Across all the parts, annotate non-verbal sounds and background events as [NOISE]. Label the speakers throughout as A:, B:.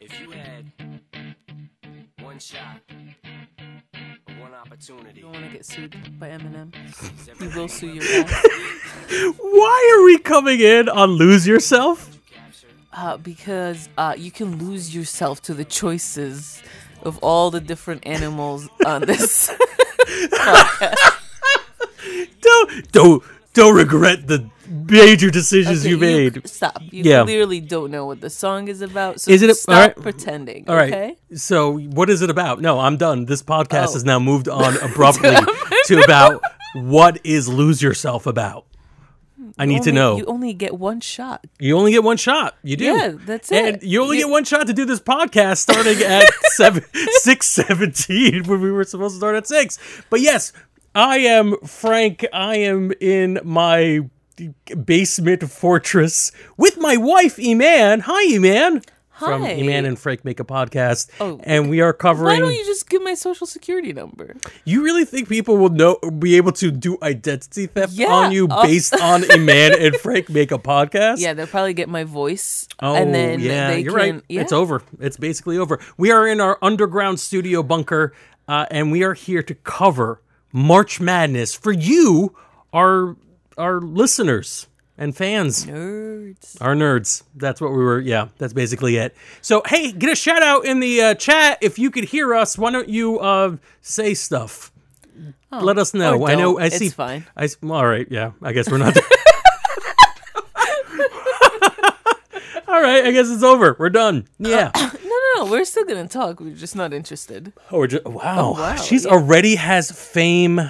A: If you had one shot, one opportunity,
B: You don't want to get sued by Eminem.
A: seize
B: You
A: everything
B: will sue your
C: [LAUGHS]
B: ass.
C: Why are we coming in on Lose Yourself?
A: you capture.
B: Uh, because uh, you can lose yourself to the choices of all the different animals
C: [LAUGHS]
B: on this.
C: Don't don't don't regret the major
B: [LAUGHS]
C: decisions
B: Okay,
C: you made.
B: stop. You
C: Yeah.
B: clearly don't know what the song is about. So
C: Is it a-
B: stop
C: alright.
B: pretending.
C: All right.
B: Okay?
C: So what is it about? No, I'm done. This podcast
B: Oh.
C: has now
B: [LAUGHS]
C: moved on abruptly to about what is Lose Yourself about. I need to
B: Only-
C: know.
B: You
C: You,
B: only get one shot.
C: only get one shot. You do.
B: Yeah, that's
C: And
B: it.
C: you only
B: You-
C: get one shot to do this podcast
B: [LAUGHS]
C: starting at seven six seventeen when we were supposed to start at six. But yes, I am Frank. I am in my basement fortress with my wife Eman. Hi Eman. From
B: Hi.
C: Eman and Frank make a podcast.
B: Oh.
C: and we
B: Why
C: are covering
B: don't you just give my social security number?
C: you really think people will know be able to do identity theft
B: Yeah,
C: on you
B: of-
C: based
B: [LAUGHS]
C: on Eman and Frank make a podcast?
B: Yeah, they'll probably get my voice.
C: Oh,
B: and then
C: yeah,
B: they
C: you're
B: can,
C: right.
B: Yeah.
C: It's over. It's basically over. We are in our underground studio bunker, uh, and we are here to cover March Madness for you, our our listeners and fans,
B: Nerds.
C: our nerds. That's what we were. Yeah, that's basically it. So hey, get a shout out in the uh, chat if you could hear us. Why don't you uh, say stuff? Let us know.
B: or
C: I know.
B: Oh. don't.
C: I
B: It's
C: see.
B: fine.
C: I s- all right. Yeah. I guess
B: [LAUGHS]
C: we're not. [LAUGHS] all right. I guess it's over. We're done. Yeah.
B: [LAUGHS] No, no, no. We're still going to talk. We're just not interested.
C: Oh, we're just, wow.
B: wow,
C: She's
B: yeah.
C: already has fame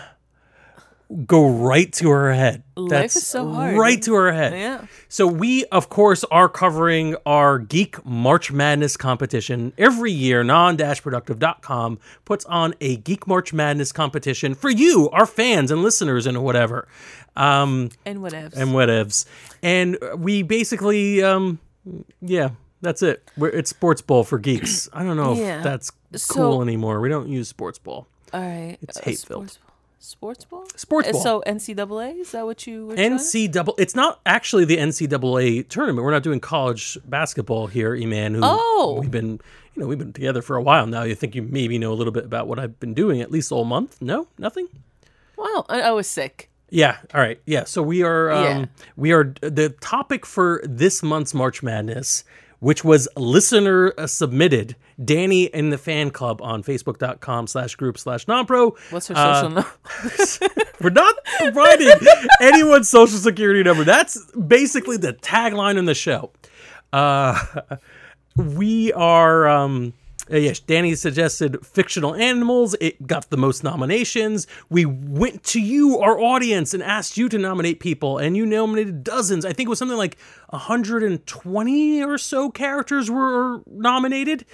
C: go right to her head. Life
B: is so hard.
C: Right to her head.
B: Yeah.
C: So we, of course, are covering our Geek March Madness competition. Every year, non-productive.com puts on a Geek March Madness competition for you, our fans and listeners and whatever. Um,
B: And whatevs.
C: and whatevs. And we basically, um, yeah, that's it. We're, it's sports ball for geeks. [CLEARS THROAT] I don't know
B: Yeah.
C: if that's
B: So-
C: cool anymore. We don't use sports ball.
B: All right. It's
C: hate-filled.
B: Sports ball?
C: Sports
B: Uh,
C: ball.
B: So NCAA? Is that what you were trying to-
C: NCAA. It's not actually the NCAA tournament. We're not doing college basketball here, Eman. Who
B: Oh.
C: we've been, you know, we've been together for a while now. You think you maybe know a little bit about what I've been doing at least all month? No, nothing.
B: Wow. I, I was sick.
C: Yeah. All right. Yeah. So we are. Um,
B: Yeah.
C: We are the topic for this month's March Madness, which was listener uh, submitted. Danny in the fan club on Facebook.com slash group slash nonpro.
B: What's her
C: Uh,
B: social number?
C: [LAUGHS] We're not providing anyone's social security number. That's basically the tagline in the show. Uh, we are. Um, uh, yes, Danny suggested fictional animals. It got the most nominations. We went to you, our audience, and asked you to nominate people, and you nominated dozens. I think it was something like 120 or so characters were nominated.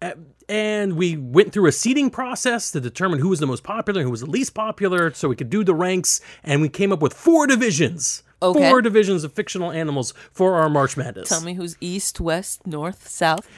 C: Uh, And we went through a seating process to determine who was the most popular, and who was the least popular, so we could do the ranks. And we came up with four divisions.
B: Okay.
C: Four divisions of fictional animals for our March Madness.
B: Tell me who's east, west, north, south.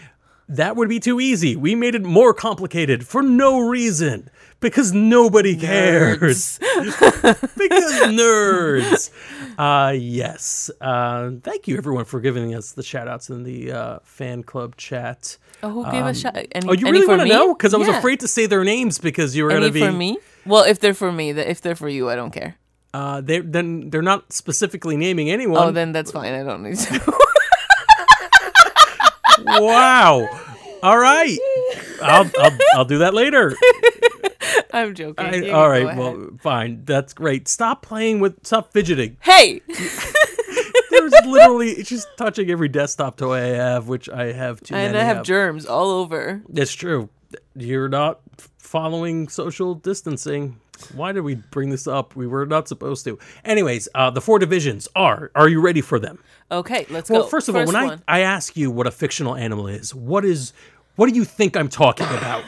C: That would be too easy. We made it more complicated for no reason because nobody
B: [LAUGHS]
C: cares. because nerds. Uh, yes. Uh, thank you, everyone, for giving us the shout outs in the uh, fan club chat.
B: Oh, who gave a shot? Any,
C: Oh, you
B: any
C: really
B: for
C: want to
B: me?
C: know? Because I was
B: Yeah.
C: afraid to say their names because you were going
B: Any
C: to be.
B: for me? Well, if they're for me, th- if they're for you, I don't care.
C: Uh, they then they're not specifically naming anyone.
B: Oh, then that's fine. I don't need to. [LAUGHS]
C: [LAUGHS] wow. All
B: [LAUGHS]
C: right. I'll, I'll, I'll do that later.
B: I'm joking.
C: I-
B: You can
C: all
B: go
C: right.
B: ahead.
C: Well, fine. That's great. Stop playing with. Stop fidgeting.
B: hey,
C: There's [LAUGHS] literally it's just touching every desktop toy I have, which I have too
B: and
C: many
B: I have
C: of.
B: germs all over.
C: That's true. You're not f- following social distancing. Why did we bring this up? We were not supposed to. Anyways, uh, the four divisions are. Are you ready for them?
B: Okay, let's
C: Well,
B: go.
C: first of all, when
B: one.
C: I I ask you what a fictional animal is, what is what do you think I'm talking
B: [COUGHS]
C: about?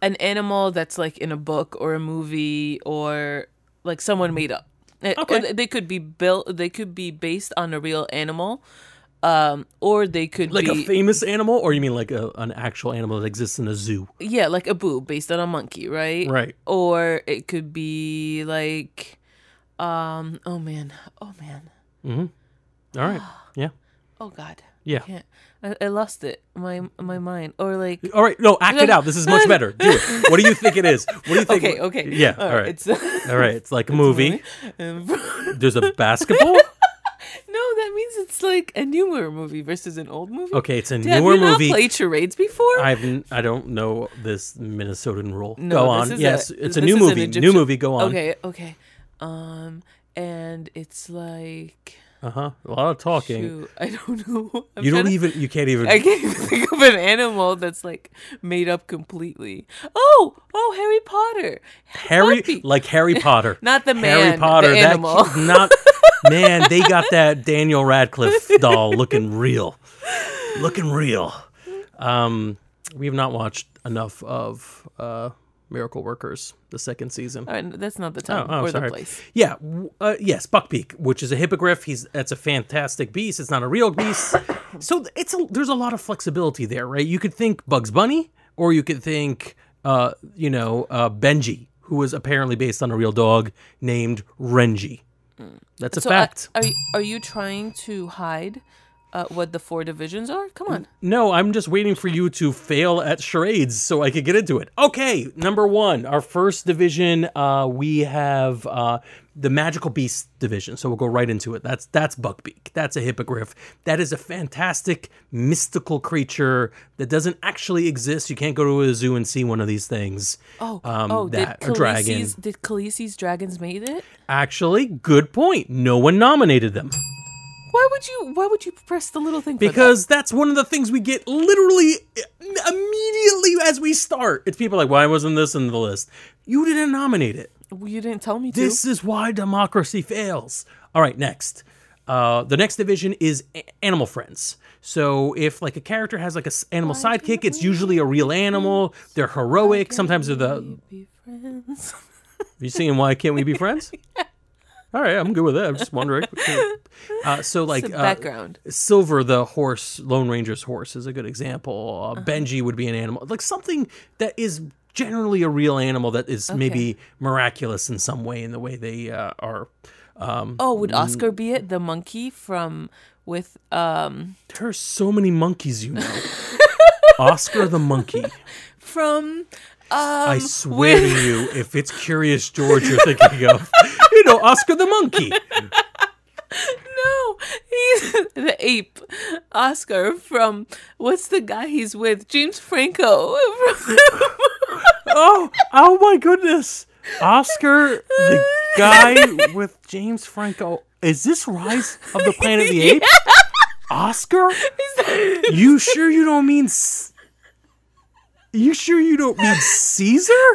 B: an animal that's like in a book or a movie or like someone made up. Eh, or
C: Okay.
B: th- they could be built. They could be based on a real animal, um, or they could
C: Like
B: be
C: a famous animal, or you mean like a, an actual animal that exists in a zoo?
B: yeah, like a boo based on a monkey, right?
C: Right.
B: Or it could be like, um, oh man, oh man,
C: All right. Yeah.
B: oh god.
C: Yeah.
B: can't. I, I lost it. My my mind. Or
C: [LAUGHS]
B: like.
C: All right. No, act it out. This is much better. Do it. What do you think it is? What do you think?
B: Okay. Okay.
C: Yeah. All right. [LAUGHS]
B: It's,
C: All right. It's like a movie.
B: Um,
C: There's a
B: [LAUGHS]
C: basketball.
B: no, that means it's like a newer movie versus an old movie.
C: Okay, it's a
B: Have
C: newer
B: you not
C: movie.
B: played charades before?
C: I've n- I don't know this Minnesotan rule.
B: No,
C: Go
B: this
C: on.
B: is
C: Yes,
B: a-
C: it's a
B: this
C: new
B: is an
C: movie. New
B: Egyptian-
C: movie. Go on.
B: Okay. Okay. Um, and it's like.
C: Uh huh. A lot of talking.
B: shoot, I don't know. [LAUGHS] I'm
C: You
B: trying
C: don't
B: to-
C: even. You can't even.
B: I can't even [LAUGHS] think of an animal that's like made up completely. Oh, oh, Harry Potter.
C: Harry,
B: puppy.
C: like
B: [LAUGHS]
C: Harry Potter.
B: Not the man,
C: Harry
B: the
C: Potter. that
B: animal. [LAUGHS]
C: kid- not man. They got that Daniel Radcliffe doll looking real, looking real. Um, we have not watched enough of uh, Miracle Workers, the second season.
B: All right, that's not the time
C: Oh, oh,
B: or
C: sorry.
B: the place.
C: Yeah, w- uh, yes, Buckbeak, which is a hippogriff. He's that's a fantastic beast. It's not a real beast, so th- it's a, there's a lot of flexibility there, right? You could think Bugs Bunny, or you could think, uh, you know, uh, Benji, who was apparently based on a real dog named Renji. That's a
B: So, uh,
C: fact.
B: are you, are you trying to hide uh, what the four divisions are? Come on.
C: No, I'm just waiting for you to fail at charades so I could get into it. Okay, number one, our first division, uh, we have uh, the magical beast division. So we'll go right into it. That's that's Buckbeak. That's a hippogriff. That is a fantastic mystical creature that doesn't actually exist. You can't go to a zoo and see one of these things.
B: Oh,
C: Um,
B: oh,
C: that
B: did
C: or dragon.
B: Khaleesi's, did Khaleesi's dragons made it?
C: Actually, good point. No one nominated them.
B: Why would you? Why would you press the little thing? for that?
C: because that's one of the things we get literally immediately as we start. It's people like, why wasn't this in the list? You didn't nominate it.
B: you didn't tell me to.
C: This is why democracy fails. All right, next. Uh, the next division is a- animal friends. So if like a character has like a s- animal sidekick, it's usually a real animal. They're heroic. Sometimes they're the. Are
B: Be friends. [LAUGHS]
C: you singing "Why Can't We Be Friends"? All right, I'm good with that. I'm just wondering. Uh, so like
B: The
C: uh,
B: background.
C: Silver, the horse, Lone Ranger's horse, is a good example. Uh, Benji would be an animal, like something that is generally a real animal that is maybe miraculous in some way in the way they uh, are. Um,
B: Oh, would Oscar be it? The monkey from with um
C: there are so many monkeys, you know. Oscar the monkey.
B: from um
C: I swear to you, if it's Curious George you're thinking of, you know, Oscar the monkey.
B: No, he's [LAUGHS] the ape, Oscar from what's the guy he's with? James Franco. [LAUGHS] From,
C: Oh, oh my goodness. Oscar, the guy with James Franco. Is this Rise of the Planet of the Apes? Oscar? You sure you don't mean. S- you sure you don't mean Caesar?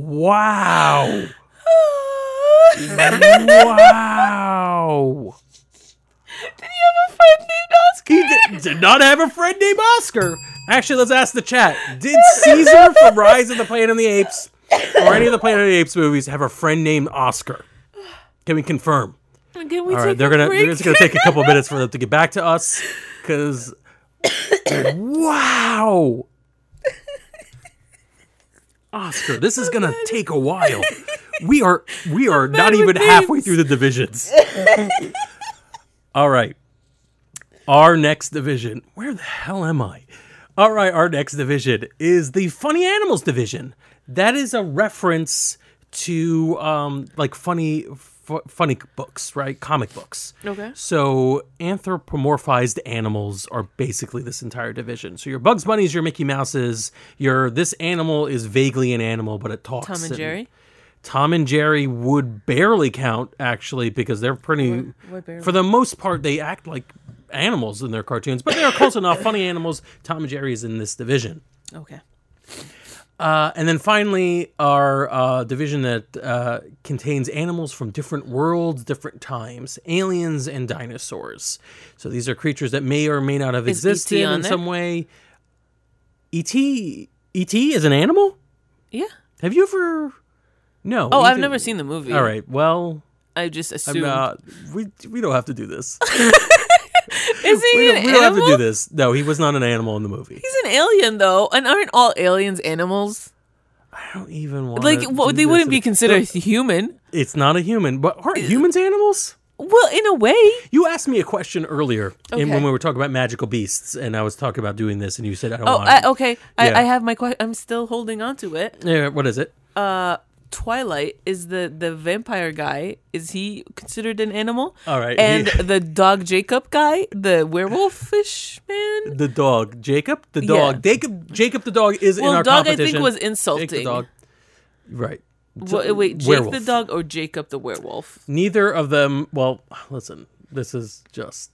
C: wow. Wow. He did, did not have a friend named Oscar. Actually, let's ask the chat. Did Caesar from Rise of the Planet of the Apes or any of the Planet of the Apes movies have a friend named Oscar? Can we confirm?
B: Can we
C: All
B: take
C: right, they're
B: a
C: gonna
B: break?
C: they're just gonna take a couple minutes for them to get back
B: [LAUGHS]
C: to us because wow, Oscar, this
B: Oh,
C: is gonna take a while. We are
B: [LAUGHS]
C: we are not
B: with
C: even halfway
B: names.
C: through
B: [LAUGHS]
C: the divisions. All right, our next division. Where the hell am I? All right, our next division is the funny animals division. That is a reference to um like funny f- funny books, right? Comic books.
B: Okay.
C: So anthropomorphized animals are basically this entire division. So your Bugs Bunnies, your Mickey Mouses, your this animal is vaguely an animal but it talks.
B: Tom and Jerry.
C: Tom and Jerry would barely count actually because they're pretty
B: why barely?
C: for the most part they act like animals in their cartoons, but they are close enough funny animals. Tom and Jerry is in this division.
B: Okay.
C: Uh, and then finally, our uh, division that uh, contains animals from different worlds, different times, aliens and dinosaurs. So these are creatures that may or may not have
B: Is
C: existed
B: E.T. on
C: in
B: there?
C: some way. E ET, ET is an animal.
B: Yeah.
C: Have you ever? No.
B: Oh, I've
C: either-
B: never seen the movie.
C: All right. Well,
B: I just
C: I'm
B: assumed.
C: uh, not. We we don't have to
B: [LAUGHS]
C: do this.
B: Is he
C: we
B: an
C: don't, we don't have
B: animal?
C: to do this. No, he was not an animal in the movie.
B: He's an alien though, and aren't all aliens animals?
C: I don't even want.
B: Like, well, they wouldn't be considered human. Uh,
C: It's not a human, but aren't humans animals?
B: Well, in a way,
C: You asked me a question earlier, and
B: Okay.
C: when we were talking about magical beasts, and I was talking about doing this, and you said, "I don't
B: Oh,
C: want."
B: I, okay.
C: Yeah.
B: I, I have my question. I'm still holding on to it.
C: Yeah, what is it?
B: Twilight is the the vampire guy. Is he considered an animal?
C: All right,
B: And
C: he-
B: the dog Jacob guy, the werewolfish
C: [LAUGHS]
B: man.
C: The dog, Jacob. The
B: Yeah.
C: dog, Jacob. Jacob the dog is in
B: Well,
C: our
B: dog I
C: competition.
B: think was
C: Jake the
B: insulting.
C: dog. Right.
B: Wha- wait, Jake the
C: werewolf.
B: dog or Jacob the werewolf?
C: Neither of them. Well, listen. This is just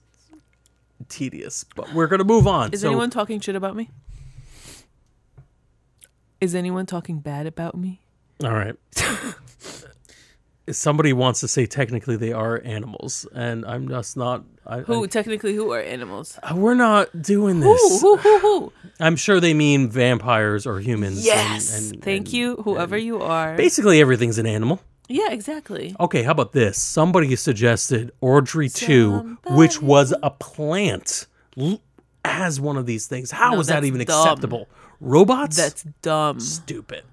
C: tedious, but we're gonna move on.
B: Is
C: so,
B: anyone talking shit about me? Is anyone talking bad about me?
C: All
B: [LAUGHS]
C: right. Somebody wants to say technically they are animals, and I'm just not. I,
B: Who technically who are animals?
C: I- we're not doing this.
B: Who who who who?
C: I'm sure they mean vampires or humans. and-
B: Yes.
C: and-
B: Thank
C: and-
B: you, whoever you are.
C: Basically, everything's an animal.
B: yeah, exactly.
C: Okay, how about this? Somebody suggested Audrey 2, which was a plant, l- as one of these things. How is
B: No,
C: that
B: that's
C: even
B: dumb.
C: acceptable? Robots?
B: That's dumb.
C: stupid.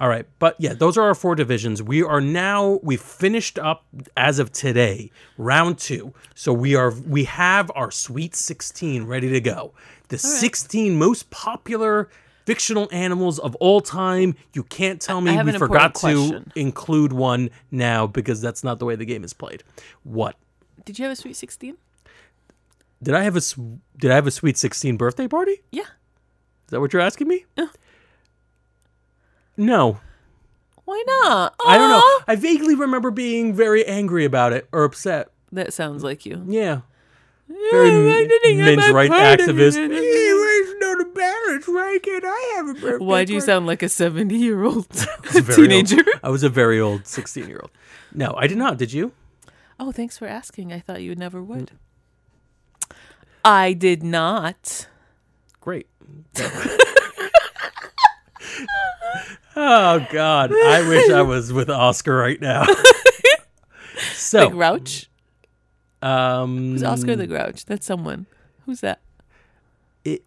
C: All right, but yeah, those are our four divisions. We are now we finished up as of today, round 2. So we are we have our sweet 16 ready to go. The 16 most popular fictional animals of all time. You can't tell me
B: have
C: we
B: an
C: forgot
B: important
C: to
B: question.
C: include one now because that's not the way the game is played. What?
B: Did you have a sweet sixteen?
C: Did I have a s- did I have a sweet 16 birthday party? Is
B: Yeah.
C: that what you're asking me? No.
B: Why not?
C: I don't know.
B: Aw.
C: I vaguely remember being very angry about it or upset.
B: That sounds like you.
C: Yeah. Very m- men's rights
B: [LAUGHS]
C: activist. not a marriage, right? Can I have a birthday?
B: Why do you sound like a seventy-year-old [LAUGHS]
C: very old-
B: teenager?
C: [LAUGHS] I was a very old 16 year old. No, I did not. Did you?
B: Oh, thanks for asking. I thought you never would. Mm. I did not.
C: Great. [LAUGHS] oh, God. I wish I was with Oscar right
B: [LAUGHS]
C: now.
B: The
C: So,
B: Grouch.
C: um,
B: Who's Oscar the Grouch? That's someone. Who's that?
C: it,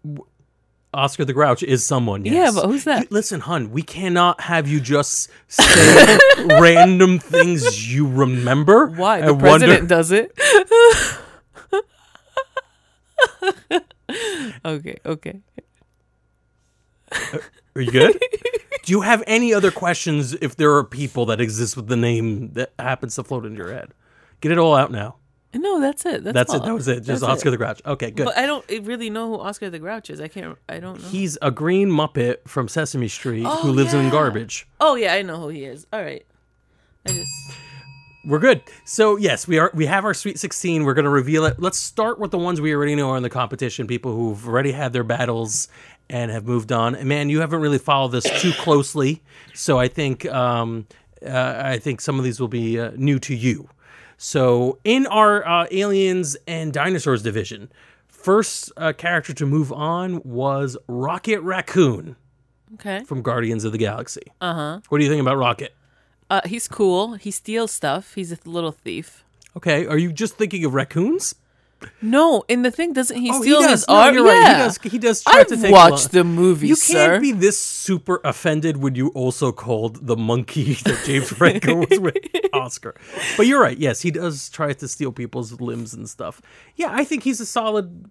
C: Oscar the Grouch is someone. Yes.
B: Yeah, but who's that?
C: You- listen, hun, we cannot have you just
B: [LAUGHS]
C: say random things you remember.
B: Why
C: I
B: the
C: wonder-
B: president does
C: [LAUGHS]
B: it? okay, okay.
C: Are
B: [LAUGHS]
C: you good? Do you have any other questions if there are people that exist with the name that happens to float into your head? Get it all out now.
B: No, that's it. That's,
C: That's
B: all.
C: it. That was it. Just
B: That's
C: Oscar the Grouch. Okay, good.
B: But I don't e, really know who Oscar the Grouch is. I can't. I don't know.
C: He's a green Muppet from Sesame Street who
B: Oh,
C: lives in
B: yeah.
C: garbage.
B: Oh yeah, I know who he is. All right. I just
C: We're good. So yes, we are. We have our Sweet Sixteen. We're going to reveal it. Let's start with the ones we already know are in the competition. People who've already had their battles and have moved on. And man, you haven't really followed this too closely, so I think um, uh, I think some of these will be uh, new to you. So in our uh, aliens and dinosaurs division, first uh, character to move on was Rocket Raccoon
B: okay.
C: from Guardians of the Galaxy.
B: Uh huh.
C: What do you think about Rocket?
B: Uh, he's cool. He steals stuff. He's a little thief.
C: Okay, are you just thinking of raccoons?
B: No, in the thing doesn't he steal his
C: Oh, No,
B: art?
C: you're
B: yeah.
C: right. He does. He does try
B: I've
C: to take
B: watched
C: lo-
B: the movie,
C: You
B: sir.
C: can't be this super offended when you also called the monkey [LAUGHS] that James Franco was
B: [LAUGHS]
C: with Oscar. But you're right. Yes, he does try to steal people's limbs and stuff. Yeah, I think he's a solid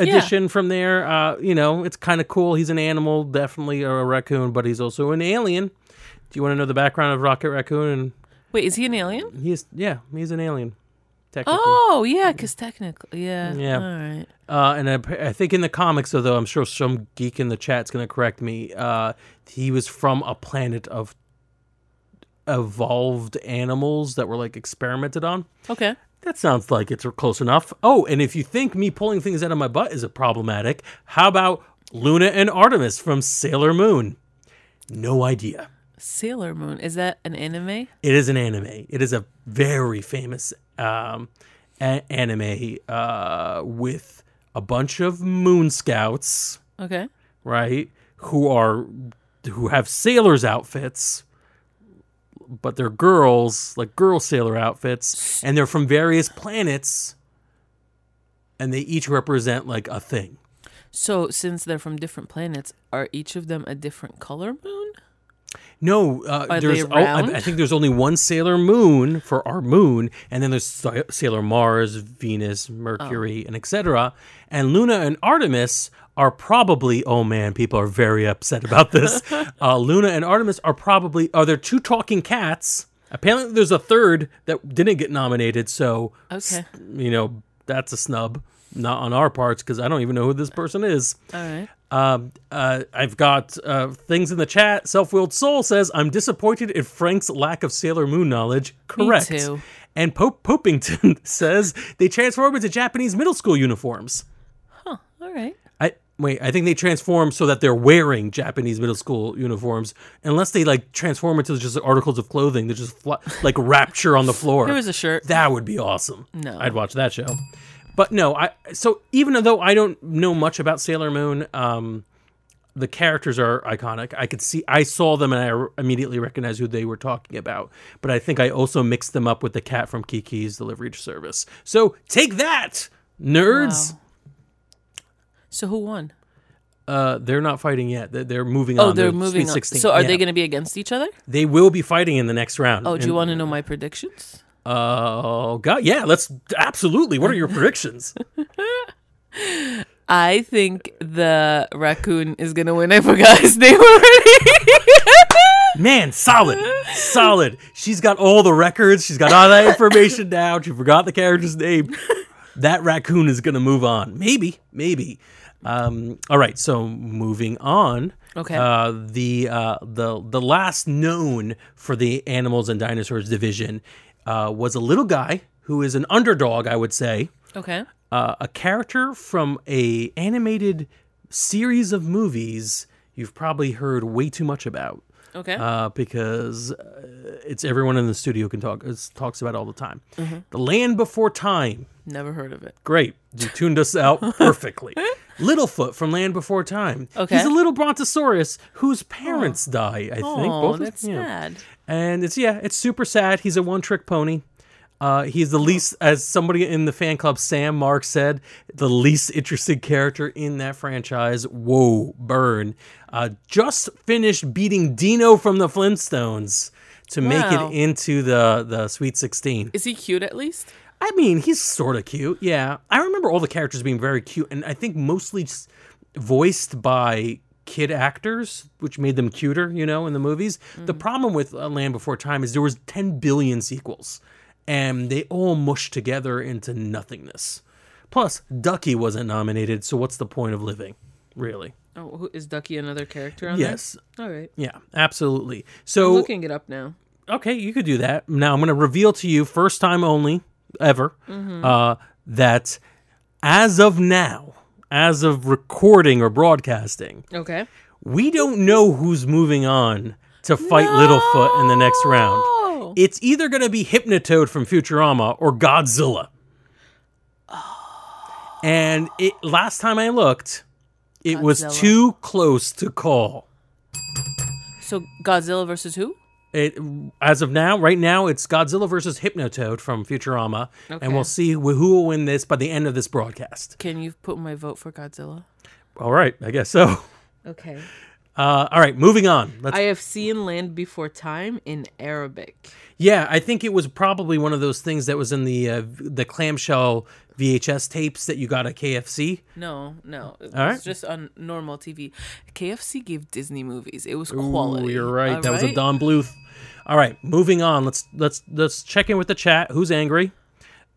C: addition from there. Uh, you know, it's kind of cool. He's an animal, definitely or a raccoon, but he's also an alien. Do you want to know the background of Rocket Raccoon?
B: Wait, is he an alien?
C: And he's yeah, he's an alien. Technically.
B: Oh yeah, because technically, yeah.
C: Yeah.
B: All right.
C: Uh, and I, I think in the comics, although I'm sure some geek in the chat's going to correct me, uh, he was from a planet of evolved animals that were like experimented on.
B: Okay.
C: That sounds like it's close enough. Oh, and if you think me pulling things out of my butt is a problematic, how about Luna and Artemis from Sailor Moon? No idea.
B: Sailor Moon is that an anime?
C: It is an anime. It is a very famous um, a- anime uh, with a bunch of moon scouts.
B: Okay.
C: right? Who are who have sailors outfits, but they're girls, like girl sailor outfits, and they're from various planets, and they each represent like a thing.
B: So since they're from different planets, are each of them a different color moon?
C: No, uh,
B: Are they
C: there's. oh, I,
B: round?
C: I think there's only one Sailor Moon for our moon, and then there's Sa- Sailor Mars, Venus,
B: Oh.
C: Mercury, and etc. And Luna and Artemis are probably. Oh man, people are very upset
B: [LAUGHS]
C: about this. uh, Luna and Artemis are probably. Are there two talking cats? Apparently, there's a third that didn't get nominated. So, s-
B: Okay.
C: you know that's a snub. Not on our parts because I don't even know who this person is.
B: All right.
C: Um, uh, I've got uh, things in the chat. Self willed soul says I'm disappointed in Frank's lack of Sailor Moon knowledge. Correct.
B: too.
C: And Pope Popington [LAUGHS] says they transform into Japanese middle school uniforms.
B: All right.
C: I wait. I think they transform so that they're wearing Japanese middle school uniforms, unless they like transform into just articles of clothing that just fly, like rapture on the floor.
B: There was a shirt.
C: That would be awesome.
B: No.
C: I'd watch that show. But no, I so even though I don't know much about Sailor Moon, um, the characters are iconic. I could see I saw them and I r- immediately recognized who they were talking about. But I think I also mixed them up with the cat from Kiki's Delivery Service. So take that, nerds.
B: Wow. So who won?
C: Uh, they're not fighting yet. They're, they're moving on.
B: Oh, they're
C: Sweet
B: moving on.
C: 16.
B: So are they
C: Yeah.
B: going to be against each other?
C: They will be fighting in the next round.
B: Oh, do you want to know my predictions?
C: Oh God, yeah. Let's absolutely. What
B: [LAUGHS]
C: are your predictions?
B: I think the raccoon is going to win. I forgot his name already. [LAUGHS]
C: Man, solid, solid. She's got all the records. She's got all that information [LAUGHS] down. She forgot the character's name. That raccoon is gonna move on. Maybe, maybe. Um, all right. So moving on.
B: Okay.
C: Uh, the uh, the the last known for the animals and dinosaurs division uh, was a little guy who is an underdog, I would say.
B: okay.
C: uh, a character from a animated series of movies you've probably heard way too much about
B: Okay.
C: uh, because uh, it's everyone in the studio can talk is, talks about all the time.
B: Mm-hmm.
C: The Land Before Time,
B: Never heard of it.
C: great, you tuned us out
B: [LAUGHS]
C: perfectly. Littlefoot from Land Before Time.
B: Okay.
C: he's a little brontosaurus whose parents die. I think
B: Oh,
C: of-
B: that's
C: yeah.
B: sad.
C: And it's yeah, it's super sad. He's a one-trick pony. Uh, he's the least, as somebody in the fan club, Sam Mark said, the least interesting character in that franchise. Whoa, burn! Uh, just finished beating Dino from the Flintstones to make
B: Wow.
C: it into the the Sweet Sixteen.
B: Is he cute at least?
C: I mean, he's sort of cute. Yeah, I remember all the characters being very cute, and I think mostly s- voiced by kid actors, which made them cuter, you know, in the movies. The problem with uh, Land Before Time is there was 10 billion sequels, and they all mushed together into nothingness. Plus, Ducky wasn't nominated, so what's the point of living, really?
B: Oh, who, is Ducky another character on
C: Yes.
B: there? All right.
C: Yeah, absolutely. So
B: Looking it up now.
C: okay, you could do that. Now I'm going to reveal to you, first time only ever, uh, that as of now, as of recording or broadcasting,
B: Okay.
C: we don't know who's moving on to fight Littlefoot in the next round. It's either going to be Hypnotoad from Futurama or Godzilla. And it last time I looked, it was
B: Godzilla.
C: too close to call.
B: So Godzilla versus who?
C: It as of now, right now, it's Godzilla versus Hypnotoad from Futurama, and
B: Okay.
C: we'll see wh- who will win this by the end of this broadcast.
B: Can you put my vote for Godzilla?
C: All right, I guess so.
B: Okay.
C: [LAUGHS] Uh, all right, moving on. Let's.
B: I have seen Land Before Time in Arabic.
C: yeah, I think it was probably one of those things that was in the uh, v- the clamshell VHS tapes that you got at KFC.
B: No, no. It was
C: right.
B: just on normal TV. KFC gave Disney movies. It was
C: Oh,
B: quality.
C: you're right.
B: all
C: that was a
B: right?
C: Don Bluth. All right, moving on. Let's let's let's check in with the chat. Who's angry? [LAUGHS]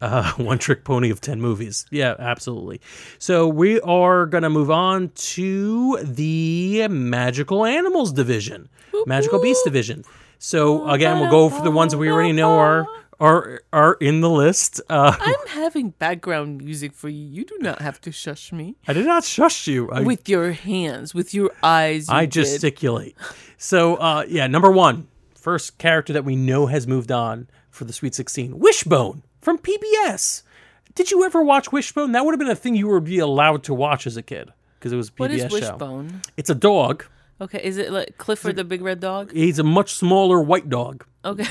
C: Uh, one trick pony of ten movies. Yeah, absolutely. So we are gonna move on to the magical animals division, magical beast division. So again, we'll go for the ones that we already know are are are in the list. Uh, [LAUGHS]
B: I'm having background music for you. You do not have to shush me.
C: I did not shush you. I,
B: With your hands, with your eyes. You
C: I just
B: did.
C: gesticulate. So, uh, yeah, number one, first character that we know has moved on for the Sweet 16 Wishbone from PBS. Did you ever watch Wishbone? That would have been a thing you would be allowed to watch as a kid because it was a PBS
B: What is
C: show.
B: Wishbone?
C: It's a dog.
B: Okay, is it like Clifford the Big Red Dog? [LAUGHS]
C: He's a much smaller white dog.
B: Okay.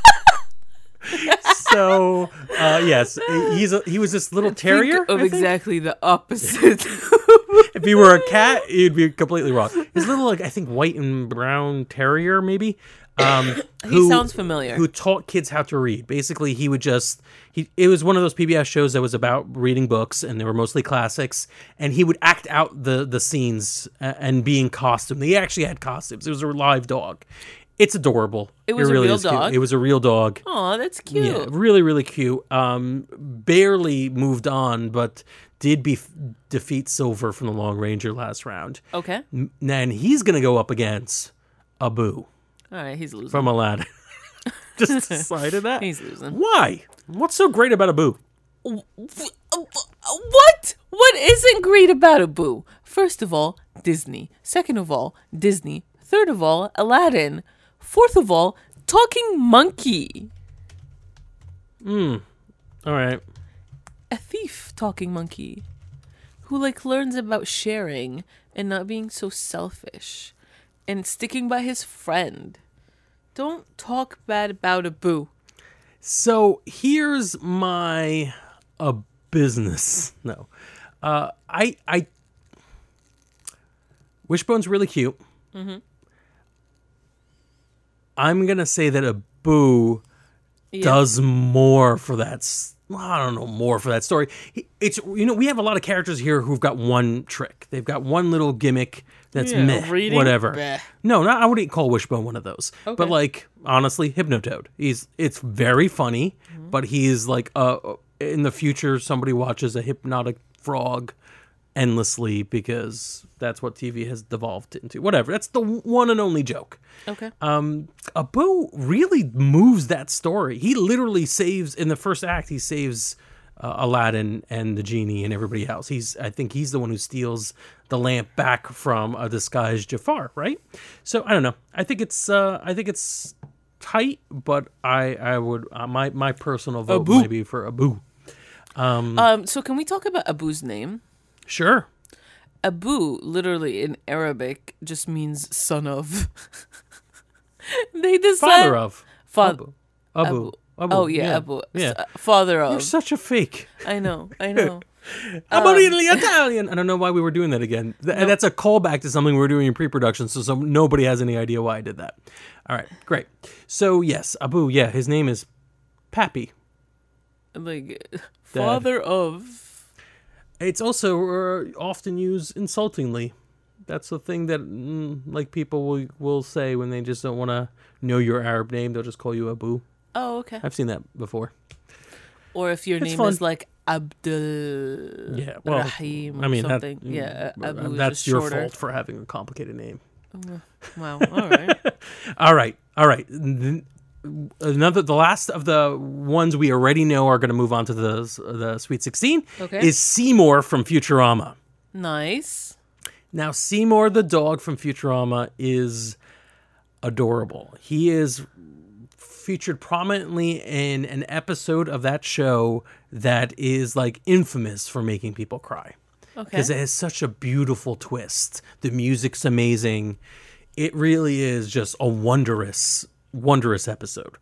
B: [LAUGHS]
C: so uh, yes, he's a, he was this little terrier.
B: Think of
C: I think.
B: exactly the opposite. [LAUGHS]
C: If he were a cat, you'd be completely wrong. He's a little like I think white and brown terrier, maybe. Um,
B: [COUGHS] he sounds familiar.
C: who taught kids how to read. Basically, he would just he it was one of those PBS shows that was about reading books and they were mostly classics and he would act out the the scenes uh, and be in costume. They actually had costumes. It was a live dog. It's adorable. It
B: was a
C: really
B: real
C: is cute.
B: dog? Oh.
C: It was a real dog.
B: Aw, that's cute.
C: Yeah, really, really cute. Um, barely moved on, but did be defeat Silver from the Long Ranger last round.
B: Okay.
C: N- And he's gonna go up against Abu
B: All right, he's losing.
C: from Aladdin. [LAUGHS] Just decided
B: [LAUGHS]
C: that
B: He's losing.
C: Why? What's so great about Abu?
B: What? What isn't great about a boo? First of all, Disney. Second of all, Disney. Third of all, Aladdin. Fourth of all, Talking Monkey.
C: All right.
B: A thief talking monkey who like learns about sharing and not being so selfish and sticking by his friend. Don't talk bad about a boo.
C: So here's my a business. [LAUGHS] No, uh, I I Wishbone's really cute. Mm-hmm. I'm gonna say that a boo does more for that. s- well, I don't know more for that story. He- It's you know we have a lot of characters here who've got one trick. They've got one little gimmick that's
B: Yeah,
C: meh,
B: reading?
C: whatever.
B: Bleh.
C: No, not I wouldn't call Wishbone one of those.
B: Okay.
C: But like honestly, Hypnotoad. He's it's very funny, but he's like uh in the future somebody watches a hypnotic frog endlessly because that's what TV has devolved into. Whatever. That's the one and only joke.
B: Okay.
C: Um, Abu really moves that story. He literally saves in the first act. He saves uh, Aladdin and the genie and everybody else. He's I think he's the one who steals the lamp back from a disguised Jafar, right? So I don't know. I think it's uh, I think it's tight, but I I would uh, my my personal vote
B: Abu.
C: might be for Abu.
B: Um so can we talk about Abu's name?
C: Sure.
B: Abu literally in Arabic just means son of. [LAUGHS] they decide
C: Father of
B: father.
C: Abu. Abu.
B: Oh yeah, Abu.
C: Yeah.
B: S- father of.
C: You're such a fake.
B: I
C: [LAUGHS]
B: know. I know.
C: I'm [LAUGHS] originally Italian. I don't know why we were doing that again. Th- That's a callback to something we were doing in pre-production, so some, nobody has any idea why I did that. All right, great. So yes, Abu. Yeah, his name is Pappy. [LAUGHS]
B: like father of.
C: It's also uh, often used insultingly. That's the thing that mm, like people will will say when they just don't want to know your Arab name. They'll just call you Abu.
B: Oh okay.
C: I've seen that before.
B: Or if your name
C: fun.
B: is like Abdul.
C: Yeah, well,
B: Rahim. Or
C: I mean, that-
B: something. yeah. uh,
C: Uh,
B: Abu is
C: that's
B: just
C: your
B: shorter.
C: fault for having a complicated name.
B: Wow.
C: [LAUGHS]
B: All right.
C: All right, all right. N- Another, the last of the ones we already know are going to move on to the the Sweet Sixteen
B: Okay.
C: is Seymour from Futurama.
B: nice.
C: Now, Seymour the dog from Futurama is adorable. He is featured prominently in an episode of that show that is like infamous for making people cry
B: Okay.
C: because it has such a beautiful twist. The music's amazing. It really is just a wondrous, wondrous episode.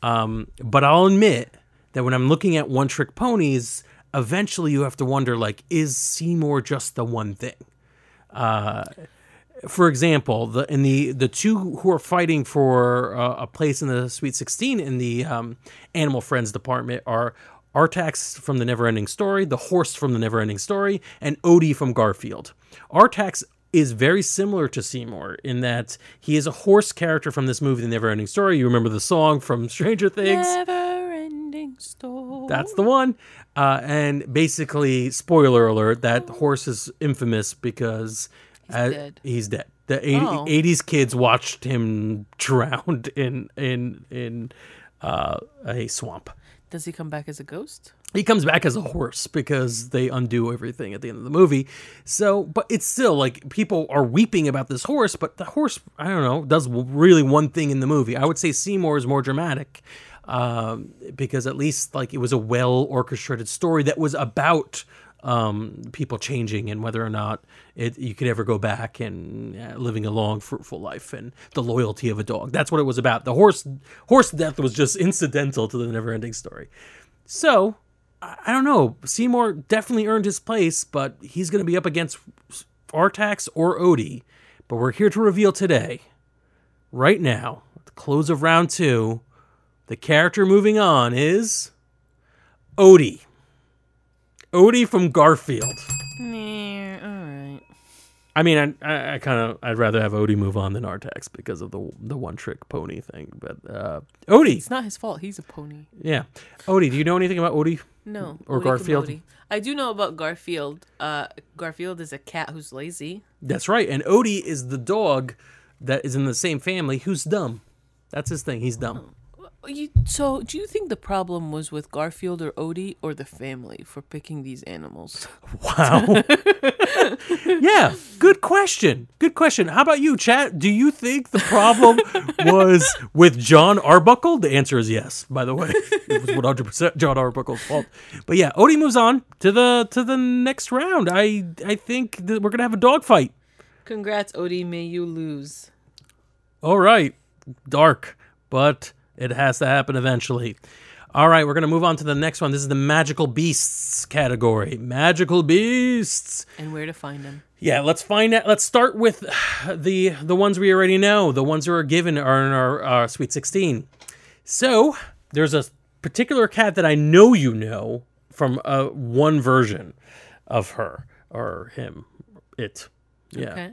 C: Um, but I'll admit that when I'm looking at One Trick Ponies, eventually you have to wonder like, is Seymour just the one thing? for example, the in the the two who are fighting for uh, a place in the Sweet Sixteen in the um, Animal Friends department are Artax from the Neverending Story, the horse from the Neverending Story, and Odie from Garfield. Artax is very similar to Seymour in that he is a horse character from this movie, The Neverending Story. You remember the song from Stranger Things.
B: Never ending story.
C: That's the one. Uh, and basically, spoiler alert: that horse is infamous because he's
B: Oh. dead.
C: He's dead. The 80,
B: Oh.
C: 80s kids watched him [LAUGHS] drowned in in in uh, a swamp.
B: Does he come back as a ghost?
C: He comes back as a horse because they undo everything at the end of the movie. So, but it's still like people are weeping about this horse, but the horse, I don't know, does w- really one thing in the movie. I would say Seymour is more dramatic um, because at least like it was a well orchestrated story that was about um, people changing and whether or not it, you could ever go back and uh, living a long, fruitful life and the loyalty of a dog. That's what it was about. The horse horse death was just incidental to the never ending story. So I, I don't know. Seymour definitely earned his place, but he's going to be up against Artax or Odie. But we're here to reveal today, right now, at the close of round two, the character moving on is Odie. Odie from Garfield.
B: Nah, all right.
C: I mean, I, I, I kind of I'd rather have Odie move on than Artax because of the the one trick pony thing. But uh, Odie,
B: It's not his fault. He's a pony.
C: yeah, Odie. Do you know anything about Odie?
B: No.
C: Or
B: Woody
C: Garfield.
B: Coyote. I do know about Garfield. Uh, Garfield is a cat who's lazy.
C: That's right. And Odie is the dog that is in the same family who's dumb. That's his thing. He's dumb.
B: You, so, do you think the problem was with Garfield or Odie or the family for picking these animals?
C: Wow. [LAUGHS] yeah. Good question. Good question. How about you, Chad? Do you think the problem was with John Arbuckle? The answer is yes. By the way, it was one hundred percent John Arbuckle's fault. But yeah, Odie moves on to the to the next round. I I think that we're gonna have a dogfight.
B: [LAUGHS] Congrats, Odie. May you lose.
C: All right, dark, but it has to happen eventually. All right, we're going to move on to the next one. This is the magical beasts category. Magical beasts.
B: And where to find them?
C: Yeah, let's find out. Let's start with [SIGHS] the the ones we already know. The ones who are given are in our, our Sweet 16. So there's a particular cat that I know you know from uh, one version of her or him, it. Yeah.
B: Okay.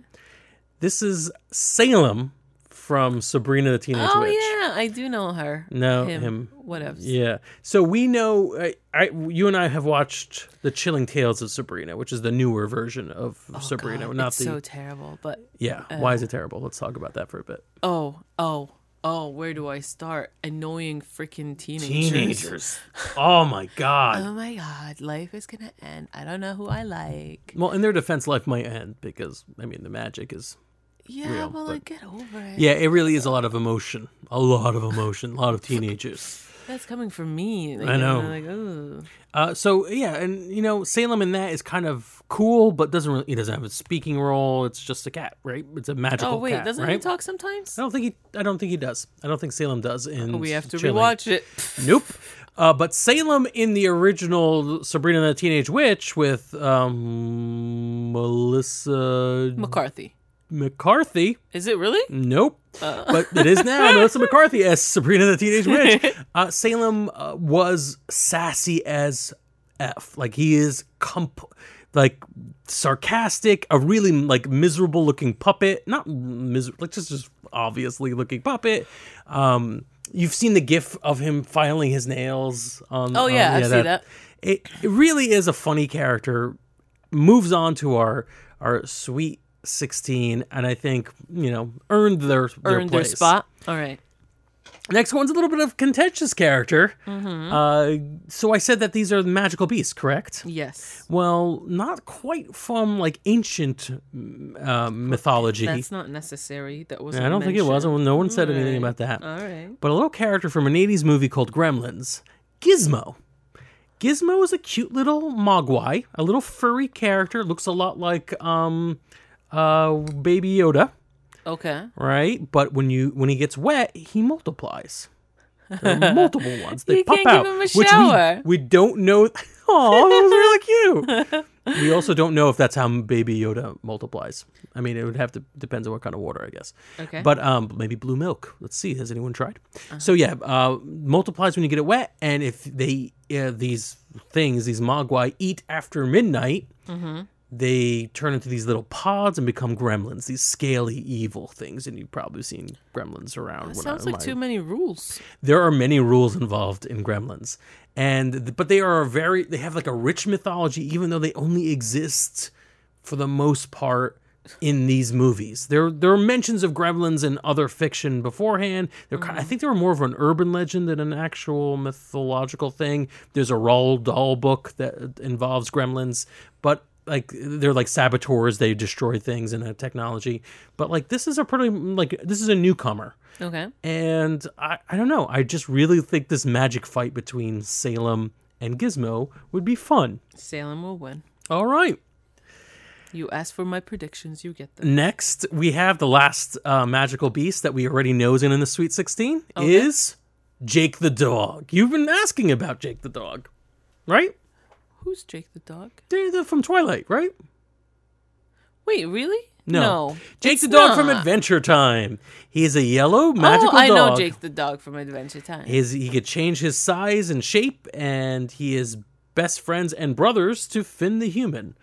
C: This is Salem from Sabrina the Teenage
B: Oh
C: Witch.
B: yeah, I do know her.
C: No,
B: him.
C: him.
B: What else?
C: Yeah. So we know I, I you and I have watched The Chilling Tales of Sabrina, which is the newer version of Sabrina,
B: Oh, God,
C: not
B: it's
C: the
B: so Oh. terrible. But
C: Yeah. Why is it terrible? Let's talk about that for a bit.
B: oh, oh, oh, where do I start? Annoying freaking teenagers.
C: Teenagers. oh my god.
B: Oh my god, life is gonna end. I don't know who I like.
C: well, in their defense life might end because I mean the magic is
B: Yeah,
C: Real,
B: well, like,
C: but-
B: get over it.
C: Yeah, it really is a lot of emotion. A lot of emotion. A
B: [LAUGHS]
C: lot of teenagers.
B: That's coming from me. Like,
C: I
B: I'm
C: know.
B: Like, ooh.
C: Uh, so yeah, and you know Salem in that is kind of cool, but doesn't really, he doesn't have a speaking role. It's just a cat, right? It's a magical.
B: Oh wait,
C: cat,
B: doesn't he
C: right?
B: talk sometimes?
C: I don't think he. I don't think he does. I don't think Salem does. In
B: Oh, we have to
C: Oh, Chilling.
B: rewatch it.
C: Nope. Uh, but Salem in the original Sabrina the Teenage Witch with um, Melissa
B: McCarthy.
C: McCarthy.
B: Is it really?
C: Nope. But it is
B: [LAUGHS]
C: now Melissa McCarthy as Sabrina the Teenage Witch. Uh, Salem uh, was sassy as f. Like he is comp, like sarcastic, a really like miserable looking puppet. Not miserable, like just just obviously looking puppet. Um, you've seen the gif of him filing his nails on.
B: Oh,
C: on-
B: yeah, I've seen that.
C: It it really is a funny character moves on to our our sweet 16 and i think you know earned their, their
B: Earned their
C: place.
B: spot. All right.
C: next one's a little bit of contentious character
B: Mm-hmm.
C: uh, so i said that these are magical beasts correct
B: Yes.
C: well not quite from like ancient uh, mythology
B: That's not necessary. That was.
C: i don't think it was no one said anything about that
B: All right. Uh,
C: but a little character from an 80s movie called Gremlins, Gizmo. Gizmo is a cute little mogwai, a little furry character, looks a lot like um uh baby Yoda,
B: Okay.
C: right? But when you when he gets wet, he multiplies. There
B: [LAUGHS]
C: are multiple ones. They
B: You
C: pop
B: can't give
C: out.
B: him a
C: which we-
B: shower.
C: We, don't know [LAUGHS] Oh, that was really
B: [LAUGHS]
C: cute. We also don't know if that's how baby Yoda multiplies. I mean, it would have to depends on what kind of water, I guess.
B: Okay. Uh-huh.
C: But um, maybe blue milk. Let's see. Has anyone tried? So yeah, uh, multiplies when you get it wet, and if they uh, these things, these mogwai eat after midnight, they turn into these little pods and become gremlins. These scaly, evil things, and you've probably seen gremlins around. when I-
B: Sounds like
C: my-
B: too many rules.
C: there are many rules involved in gremlins and but they are a very they have like a rich mythology even though they only exist for the most part in these movies there there are mentions of gremlins in other fiction beforehand they're ki- i think they were more of an urban legend than an actual mythological thing there's a Roald Dahl book that uh, involves gremlins but like they're like saboteurs they destroy things in a technology but like this is a pretty like this is a newcomer
B: Okay.
C: and I, I don't know. I just really think this magic fight between Salem and Gizmo would be fun.
B: Salem will win.
C: All right.
B: You ask for my predictions, you get them.
C: Next, we have the last uh, magical beast that we already know is in, in the Sweet 16 is Jake the dog. You've been asking about Jake the dog, right?
B: Who's Jake the dog?
C: They're- they're From Twilight, right?
B: Wait, really?
C: No. Jake
B: it's
C: the dog from
B: not.
C: Adventure Time. He is a yellow magical
B: oh, I
C: dog.
B: know Jake the dog from Adventure Time.
C: His he could change his size and shape, and he is best friends and brothers to Finn the human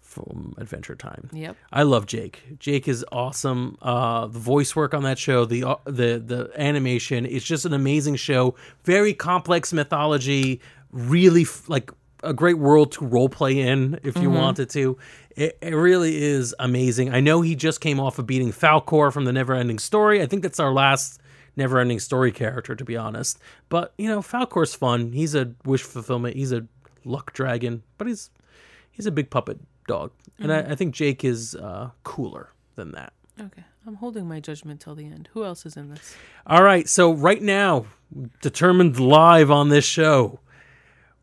C: from Adventure Time.
B: Yep.
C: I love Jake. Jake is awesome. Uh, the voice work on that show, the uh, the the animation, it's just an amazing show. Very complex mythology, really f- like a great world to role play in if you wanted to. It, it really is amazing. I know he just came off of beating Falcor from the Neverending Story. I think that's our last Neverending Story character, to be honest. But you know, Falcor's fun. He's a wish fulfillment. He's a luck dragon, but he's he's a big puppet dog, and
B: Mm.
C: I, I think Jake is uh, cooler than that.
B: Okay, I'm holding my judgment till the end. Who else is in this?
C: All right, so right now, determined live on this show,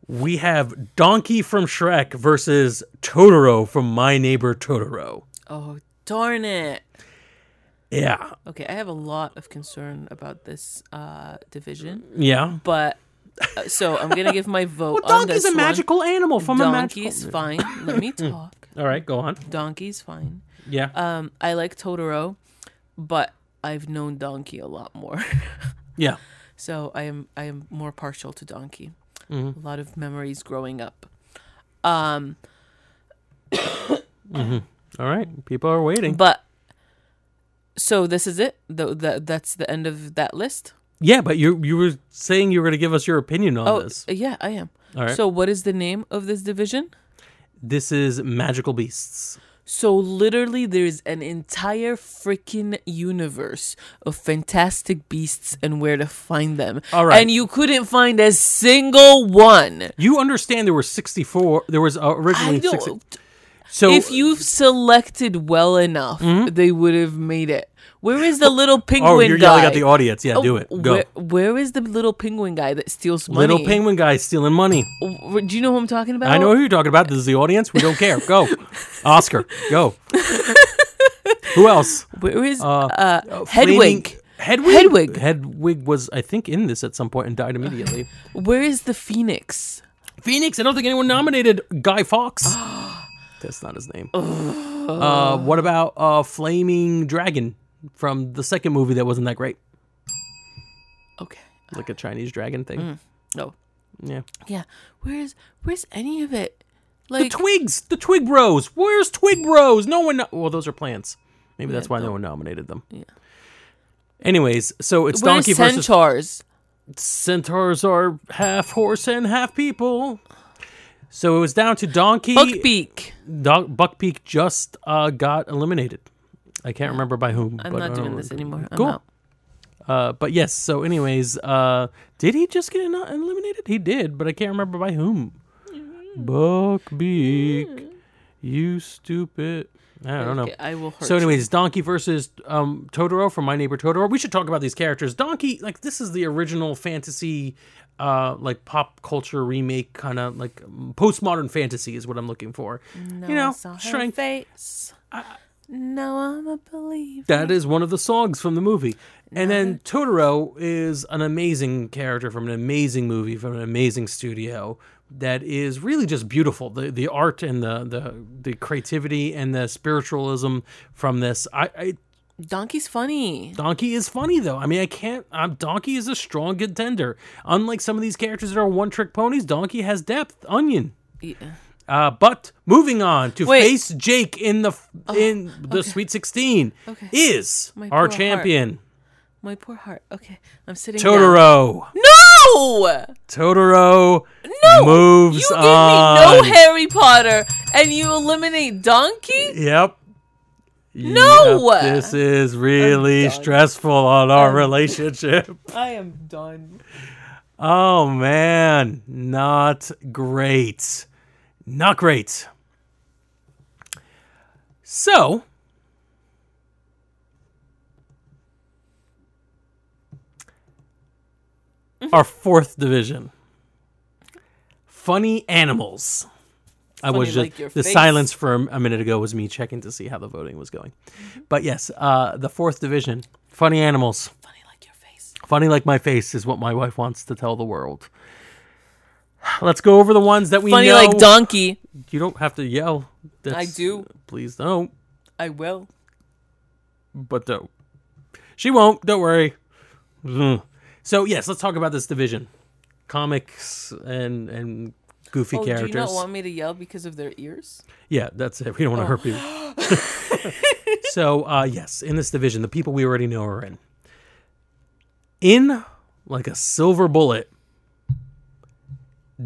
C: we have Donkey from Shrek versus Totoro from My Neighbor Totoro.
B: Oh, darn it.
C: Yeah,
B: Okay, I have a lot of concern about this uh, division,
C: yeah.
B: but uh, so I'm gonna give [LAUGHS] my vote on
C: Donkey's
B: this
C: a magical animal from
B: one.
C: a
B: Donkey's
C: magical.
B: fine. Let [LAUGHS] me talk.
C: All right, go on.
B: Donkey's fine.
C: Yeah.
B: Um, I like Totoro, but I've known Donkey a lot more, [LAUGHS]
C: yeah.
B: so I am I am more partial to Donkey. A lot of memories growing up. Um,
C: All right, people are waiting.
B: But so this is it. Tho- tha- that's the end of that list.
C: yeah, but you you were saying you were going to give us your opinion on
B: Oh,
C: this.
B: yeah, I am.
C: All right.
B: So what is the name of this division?
C: This is Magical Beasts.
B: So literally there's an entire freaking universe of fantastic beasts and where to find them.
C: All right.
B: And you couldn't find a single one.
C: You understand there were 64 there was uh,
B: I
C: originally 60.
B: don't
C: So Mm-hmm.
B: if you've selected well enough, they would have made it. Where is the little penguin
C: Oh, you're
B: guy?
C: yelling at the audience. Yeah, do it. Go.
B: Oh, Where, where is the little penguin guy that steals money?
C: Little penguin guy stealing money.
B: W- Do you know who I'm talking about?
C: I know who you're talking about. This is the audience. We don't care.
B: [LAUGHS]
C: Go. Oscar. Go. who else?
B: Where is uh,
C: Flaming-
B: Hedwig?
C: Hedwig.
B: Hedwig.
C: Hedwig was, I think, in this at some point and died immediately.
B: [SIGHS] Where is the phoenix?
C: Phoenix. I don't think anyone nominated Guy
B: [GASPS]
C: Fox. That's not his name. uh, what about uh, Flaming Dragon from the second movie that wasn't that great?
B: Okay.
C: Like a Chinese dragon thing.
B: Mm. No.
C: Yeah.
B: Yeah. Where's where's any of it? Like
C: Twigs, the Twig Bros. Where's Twig Bros? No one. No- well, those are plants. Maybe that's why no one nominated them.
B: Yeah.
C: Anyways, so it's
B: where's
C: donkey versus
B: centaurs?
C: centaurs are half horse and half people. So it was down to donkey.
B: Buckbeak.
C: Don- Buckbeak just uh, got eliminated. I can't remember by whom.
B: I'm
C: but I
B: not
C: don't
B: doing this
C: remember.
B: anymore. I'm
C: Cool.
B: out.
C: Uh, but yes. So, anyways, uh, did he just get en- eliminated? He did, but I can't remember by whom.
B: Mm-hmm.
C: Buckbeak, you stupid. I don't know.
B: Okay, I will hurt.
C: So, anyways, Donkey versus um, Totoro from My Neighbor Totoro. We should talk about these characters. Donkey, like this is the original fantasy, uh, like pop culture remake kind of like um, postmodern fantasy is what I'm looking for.
B: you.
C: you know,
B: I saw her
C: strength.
B: face. now I'm a believer.
C: That is one of the songs from the movie. And then Totoro is an amazing character from an amazing movie from an amazing studio that is really just beautiful. The the art and the the, the creativity and the spiritualism from this. I, I
B: Donkey's funny.
C: Donkey is funny though. I mean, I can't. Um, Donkey is a strong contender. Unlike some of these characters that are one trick ponies, Donkey has depth. Onion.
B: Yeah.
C: Uh, but moving on to
B: Wait. Oh,
C: face Jake in the f in the Sweet Sixteen
B: Okay.
C: is
B: My
C: our
B: poor
C: champion
B: My poor heart. Okay, I'm sitting. Down.
C: Totoro.
B: No.
C: Totoro
B: No!
C: moves
B: You gave
C: on.
B: me no Harry Potter, and you eliminate Donkey.
C: Yep.
B: No!
C: Yep, This is really
B: I'm done. Um,
C: stressful on our relationship.
B: I am done.
C: Oh man, not great. Not great. So
B: Mm-hmm.
C: our fourth division. Funny animals. I was
B: Funny, like
C: just
B: your
C: the
B: face.
C: silence from a minute ago was me checking to see how the voting was going.
B: Mm-hmm.
C: But yes, uh, the fourth division, funny animals.
B: Funny like your face.
C: Funny like my face is what my wife wants to tell the world. Let's go over the ones that we
B: Funny
C: know.
B: like donkey.
C: you don't have to yell. That's-
B: do.
C: Please don't.
B: I will.
C: But don't. She won't. Don't worry. Mm. So yes, let's talk about this division, comics and and goofy
B: Oh,
C: characters.
B: do you not want me to yell because of their ears?
C: Yeah, that's it. We don't want to hurt people. so, uh, yes, in this division, the people we already know are in. In like a silver bullet,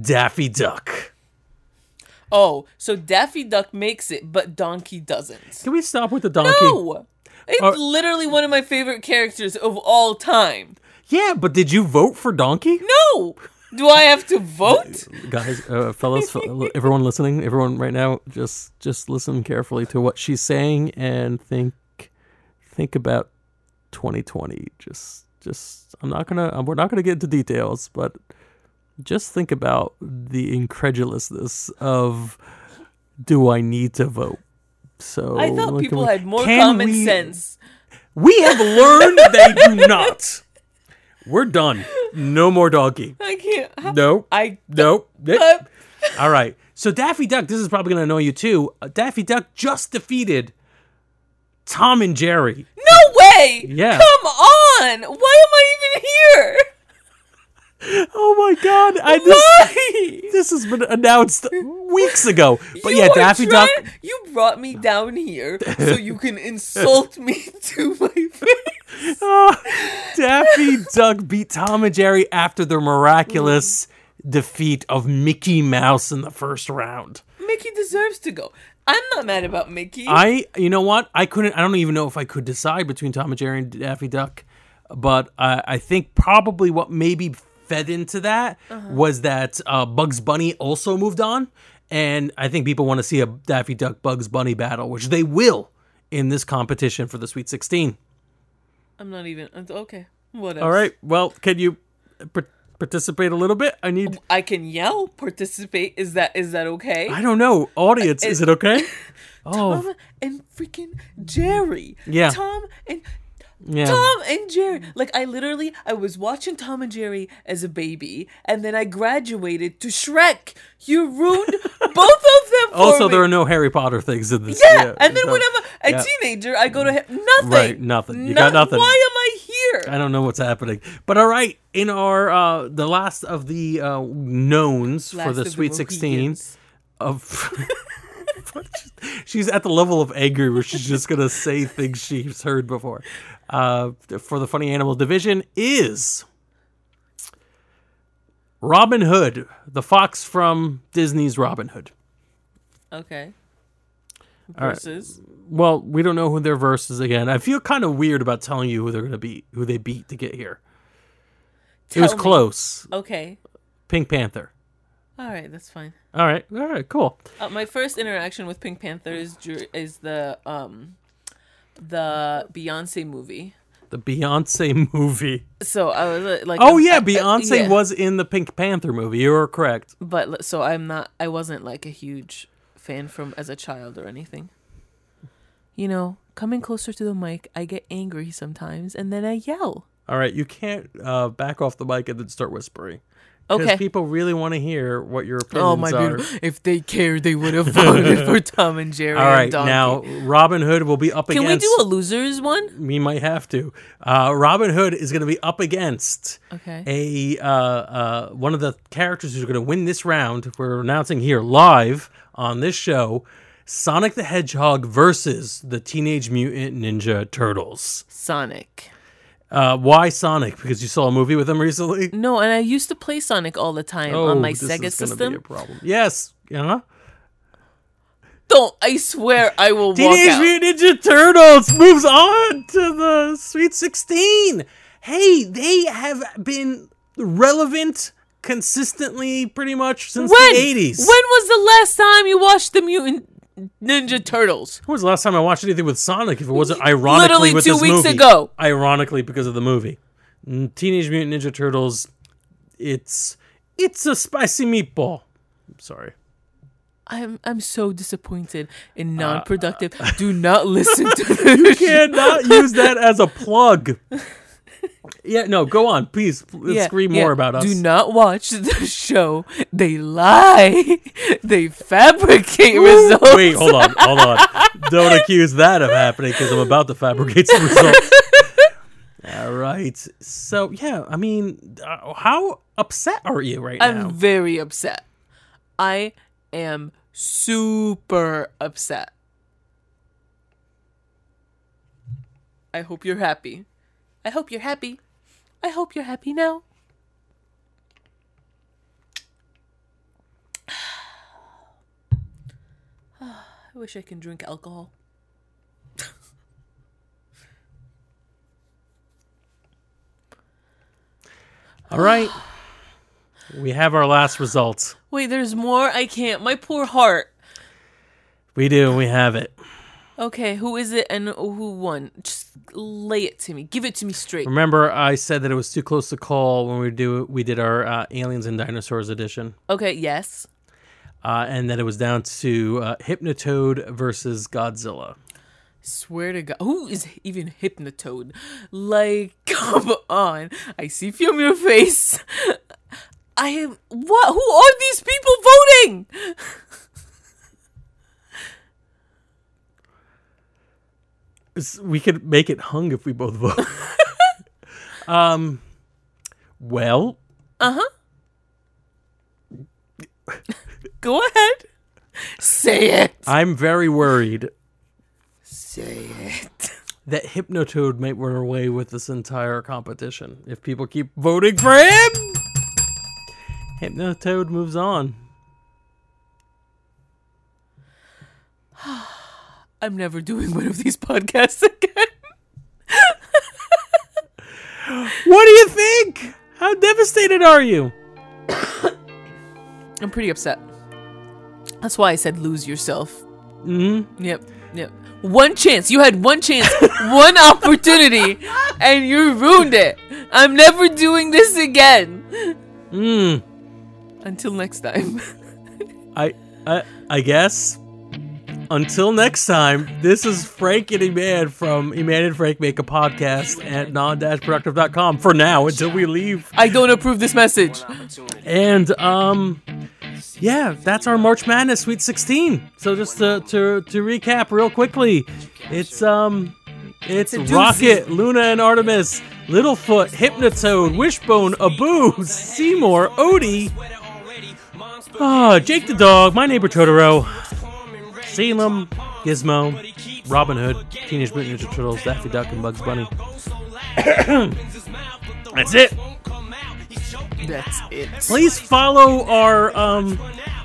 C: Daffy Duck.
B: Oh, so Daffy Duck makes it, but Donkey doesn't.
C: Can we stop with the donkey?
B: No! It's
C: Uh,
B: literally one of my favorite characters of all time.
C: Yeah, but did you vote for Donkey?
B: No! Do I have to vote?
C: Guys, uh, fellas, fel- everyone listening, everyone right now, just just listen carefully to what she's saying and think think about 2020 just just i'm not gonna um, we're not gonna get into details but just think about the incredulousness of do i need to vote so
B: I thought
C: like,
B: people
C: we-
B: had more
C: can
B: common
C: we-
B: sense.
C: [LAUGHS] we have learned they do
B: [LAUGHS]
C: not we're done no more doggy
B: I can't. how-
C: nope
B: I.
C: nope
B: Uh,
C: all right so daffy duck this is probably gonna annoy you too Uh, daffy duck just defeated tom and jerry
B: no way!
C: Yeah.
B: Come on! Why am I even here?
C: oh my god i
B: Why?
C: [LAUGHS] This has been announced weeks ago. But
B: You
C: yeah,
B: are
C: Daffy
B: trying-
C: Duck.
B: You brought me down here so you can insult me [LAUGHS] to my face.
C: [LAUGHS] Ah, Daffy Duck beat Tom and Jerry after their miraculous defeat of Mickey Mouse in the first round.
B: Mickey deserves to go. I'm not mad about Mickey.
C: I, you know what? I couldn't. I don't even know if I could decide between Tom and Jerry and Daffy Duck. But I, I think probably what maybe fed into that
B: Uh-huh.
C: was that uh, Bugs Bunny also moved on, and I think people want to see a Daffy Duck Bugs Bunny battle, which they will in this competition for the Sweet Sixteen.
B: I'm not even. I'm- Okay. Whatever.
C: All right. Well, can you par- participate a little bit? I need.
B: I can yell, participate. Is that is that okay?
C: I don't know. Audience, is it okay?
B: [LAUGHS]
C: Oh,
B: Tom and freaking Jerry.
C: Yeah.
B: Tom and
C: yeah.
B: Tom and Jerry. Like I literally I was watching Tom and Jerry as a baby and then I graduated to Shrek. You
C: [LAUGHS]
B: ruined both of them for
C: also,
B: me.
C: there are no Harry Potter things in this.
B: yeah. and then
C: no.
B: when I'm a, a
C: yeah.
B: teenager, I go to ha- nothing.
C: Right, nothing. You got
B: Not-
C: nothing.
B: Why am I here?
C: I don't know what's happening. But all right, in our uh the last of the uh knowns
B: Last
C: for the
B: of the
C: Sweet 16
B: Mohicans.
C: of [LAUGHS] She's at the level of anger where she's just going to say things she's heard before. Uh for the funny animal division is Robin Hood, the fox from Disney's Robin Hood.
B: Okay.
C: right.
B: Versus.
C: Well, we don't know who their verse is again. I feel kind of weird about telling you who they're going to beat, who they beat to get here. it was
B: Tell me.
C: close.
B: Okay.
C: Pink Panther.
B: All right, that's fine.
C: All right, all right, cool.
B: Uh, my first interaction with Pink Panther is dur- is the um the Beyonce movie.
C: The Beyonce movie.
B: So I was uh, like,
C: [LAUGHS] Oh
B: I'm-
C: [LAUGHS] yeah,
B: I- I-
C: Beyonce
B: yeah.
C: was in the Pink Panther movie. You are correct.
B: but l- so I'm not. I wasn't like a huge fan from as a child or anything. You know, coming closer to the mic, I get angry sometimes, and then I yell.
C: All right, you can't uh, back off the mic and then start whispering. 'Cause
B: Okay.
C: people really want to hear what your opinions
B: Oh my
C: are.
B: beautiful! If they cared, they would have [LAUGHS] voted for Tom and Jerry.
C: All right,
B: and Donkey.
C: now Robin Hood will be up
B: can we
C: against.
B: do a losers one?
C: we might have to. Uh, Robin Hood is going to be up against
B: Okay.
C: a uh, uh, one of the characters who's going to win this round. We're announcing here live on this show: Sonic the Hedgehog versus the Teenage Mutant Ninja Turtles.
B: Sonic.
C: Uh, why Sonic? Because you saw a movie with him recently.
B: [LAUGHS] No, and I used to play Sonic all the time on my
C: Oh, this
B: Sega
C: is gonna
B: system.
C: Be a problem. Yes. Uh-huh.
B: Don't. I swear I will walk
C: Teenage
B: out.
C: Mutant Ninja Turtles moves on to the Sweet 16. Hey, they have been relevant consistently pretty much since
B: when?
C: the 80s.
B: When was the last time you watched the Mutant Ninja Turtles?
C: When was the last time I watched anything with Sonic? If it wasn't ironically
B: Literally
C: with
B: two
C: this
B: weeks
C: movie.
B: ago.
C: ironically because of the movie, Mm, Teenage Mutant Ninja Turtles. It's it's a spicy meatball. I'm sorry,
B: I'm I'm so disappointed and
C: Uh,
B: non-productive. Do
C: [LAUGHS]
B: not listen to this. [LAUGHS]
C: Cannot use that as a plug. Yeah, no, go on, please. Let's
B: Yeah,
C: scream
B: yeah.
C: more about us.
B: Do not watch the [LAUGHS] show. They lie. [LAUGHS] They fabricate [LAUGHS] results.
C: Wait, hold on, hold on.
B: [LAUGHS]
C: Don't accuse that of happening because I'm about to fabricate some results. All right. So yeah, I mean, uh, how upset are you right
B: I'm
C: now?
B: very upset. I am super upset. I hope you're happy. I hope you're happy. I hope you're happy now. [SIGHS] I wish I can drink alcohol.
C: All right. [SIGHS] We have our last results.
B: Wait, there's more? I can't. My poor heart.
C: We do. We have it.
B: Okay, who is it and who won? Just lay it to me. Give it to me straight.
C: Remember, I said that it was too close to call when we do we did our uh, aliens and dinosaurs edition,
B: Okay, yes.
C: uh, and that it was down to uh, Hypnotoad versus Godzilla.
B: Swear to God, who is even hypnotoad? Like, [LAUGHS] come on! I see from your face. I am what? Who are these people voting?
C: S- We could make it hung if we both vote. [LAUGHS] um, well,
B: Go ahead, say it.
C: I'm very worried
B: Say it.
C: that Hypnotoad might run away with this entire competition if people keep voting for [LAUGHS] him. Hypnotoad moves on.
B: I'm never doing one of these podcasts [LAUGHS] again.
C: What do you think? How devastated are you?
B: I'm pretty upset. That's why I said lose yourself.
C: hmm
B: Yep, yep. One chance. You had one chance,
C: [LAUGHS]
B: one opportunity, and you ruined it. I'm never doing this again.
C: Mm.
B: Until next time.
C: I, I, I guess. Until next time, this is Frank and Eman from Eman and Frank Make a Podcast at non-productive.com for now until we leave.
B: I don't approve this message.
A: One opportunity.
C: And um yeah, that's our March Madness Sweet 16. So just to to, to recap real quickly, it's um it's
B: It's a doozy.
C: Rocket, Luna and Artemis, Littlefoot, Hypnotoad, Wishbone, Abu, Seymour, Odie, Ah, Jake the Dog, My Neighbor Totoro, Salem, Gizmo, Robin Hood, Teenage Mutant Ninja Turtles, Daffy Duck, and Bugs Bunny. [COUGHS] That's it.
B: That's it.
C: Please follow our um,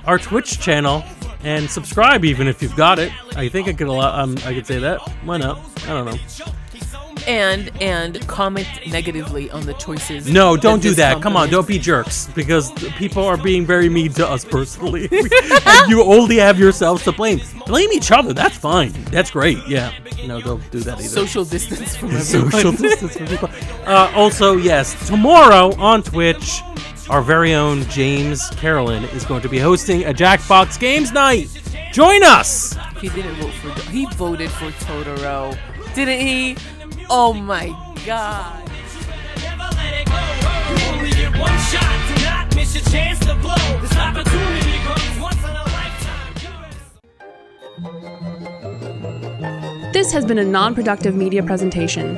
C: our Twitch channel and subscribe, even if you've got it. I think I could allow, um, I could say that. Why not? I don't know.
B: And and comment negatively on the choices.
C: No, don't do
B: this
C: that. Come on,
B: company-
C: don't be jerks because the people are being very mean to
B: [LAUGHS]
C: us personally. and you only have yourselves to blame. Blame each other. That's fine. That's great. Yeah. No, don't do that either.
B: Social distance from everyone.
C: [LAUGHS] social distance from people. Uh, also, yes, tomorrow on Twitch, our very own James Carolyn is going to be hosting a Jackbox Games night. Join us.
B: He didn't vote for. He voted for Totoro, didn't he? Oh my god.
D: never let it go. You only get one shot to not miss your chance to blow. This opportunity comes once in a lifetime. You're-
E: This has been a non productive media presentation.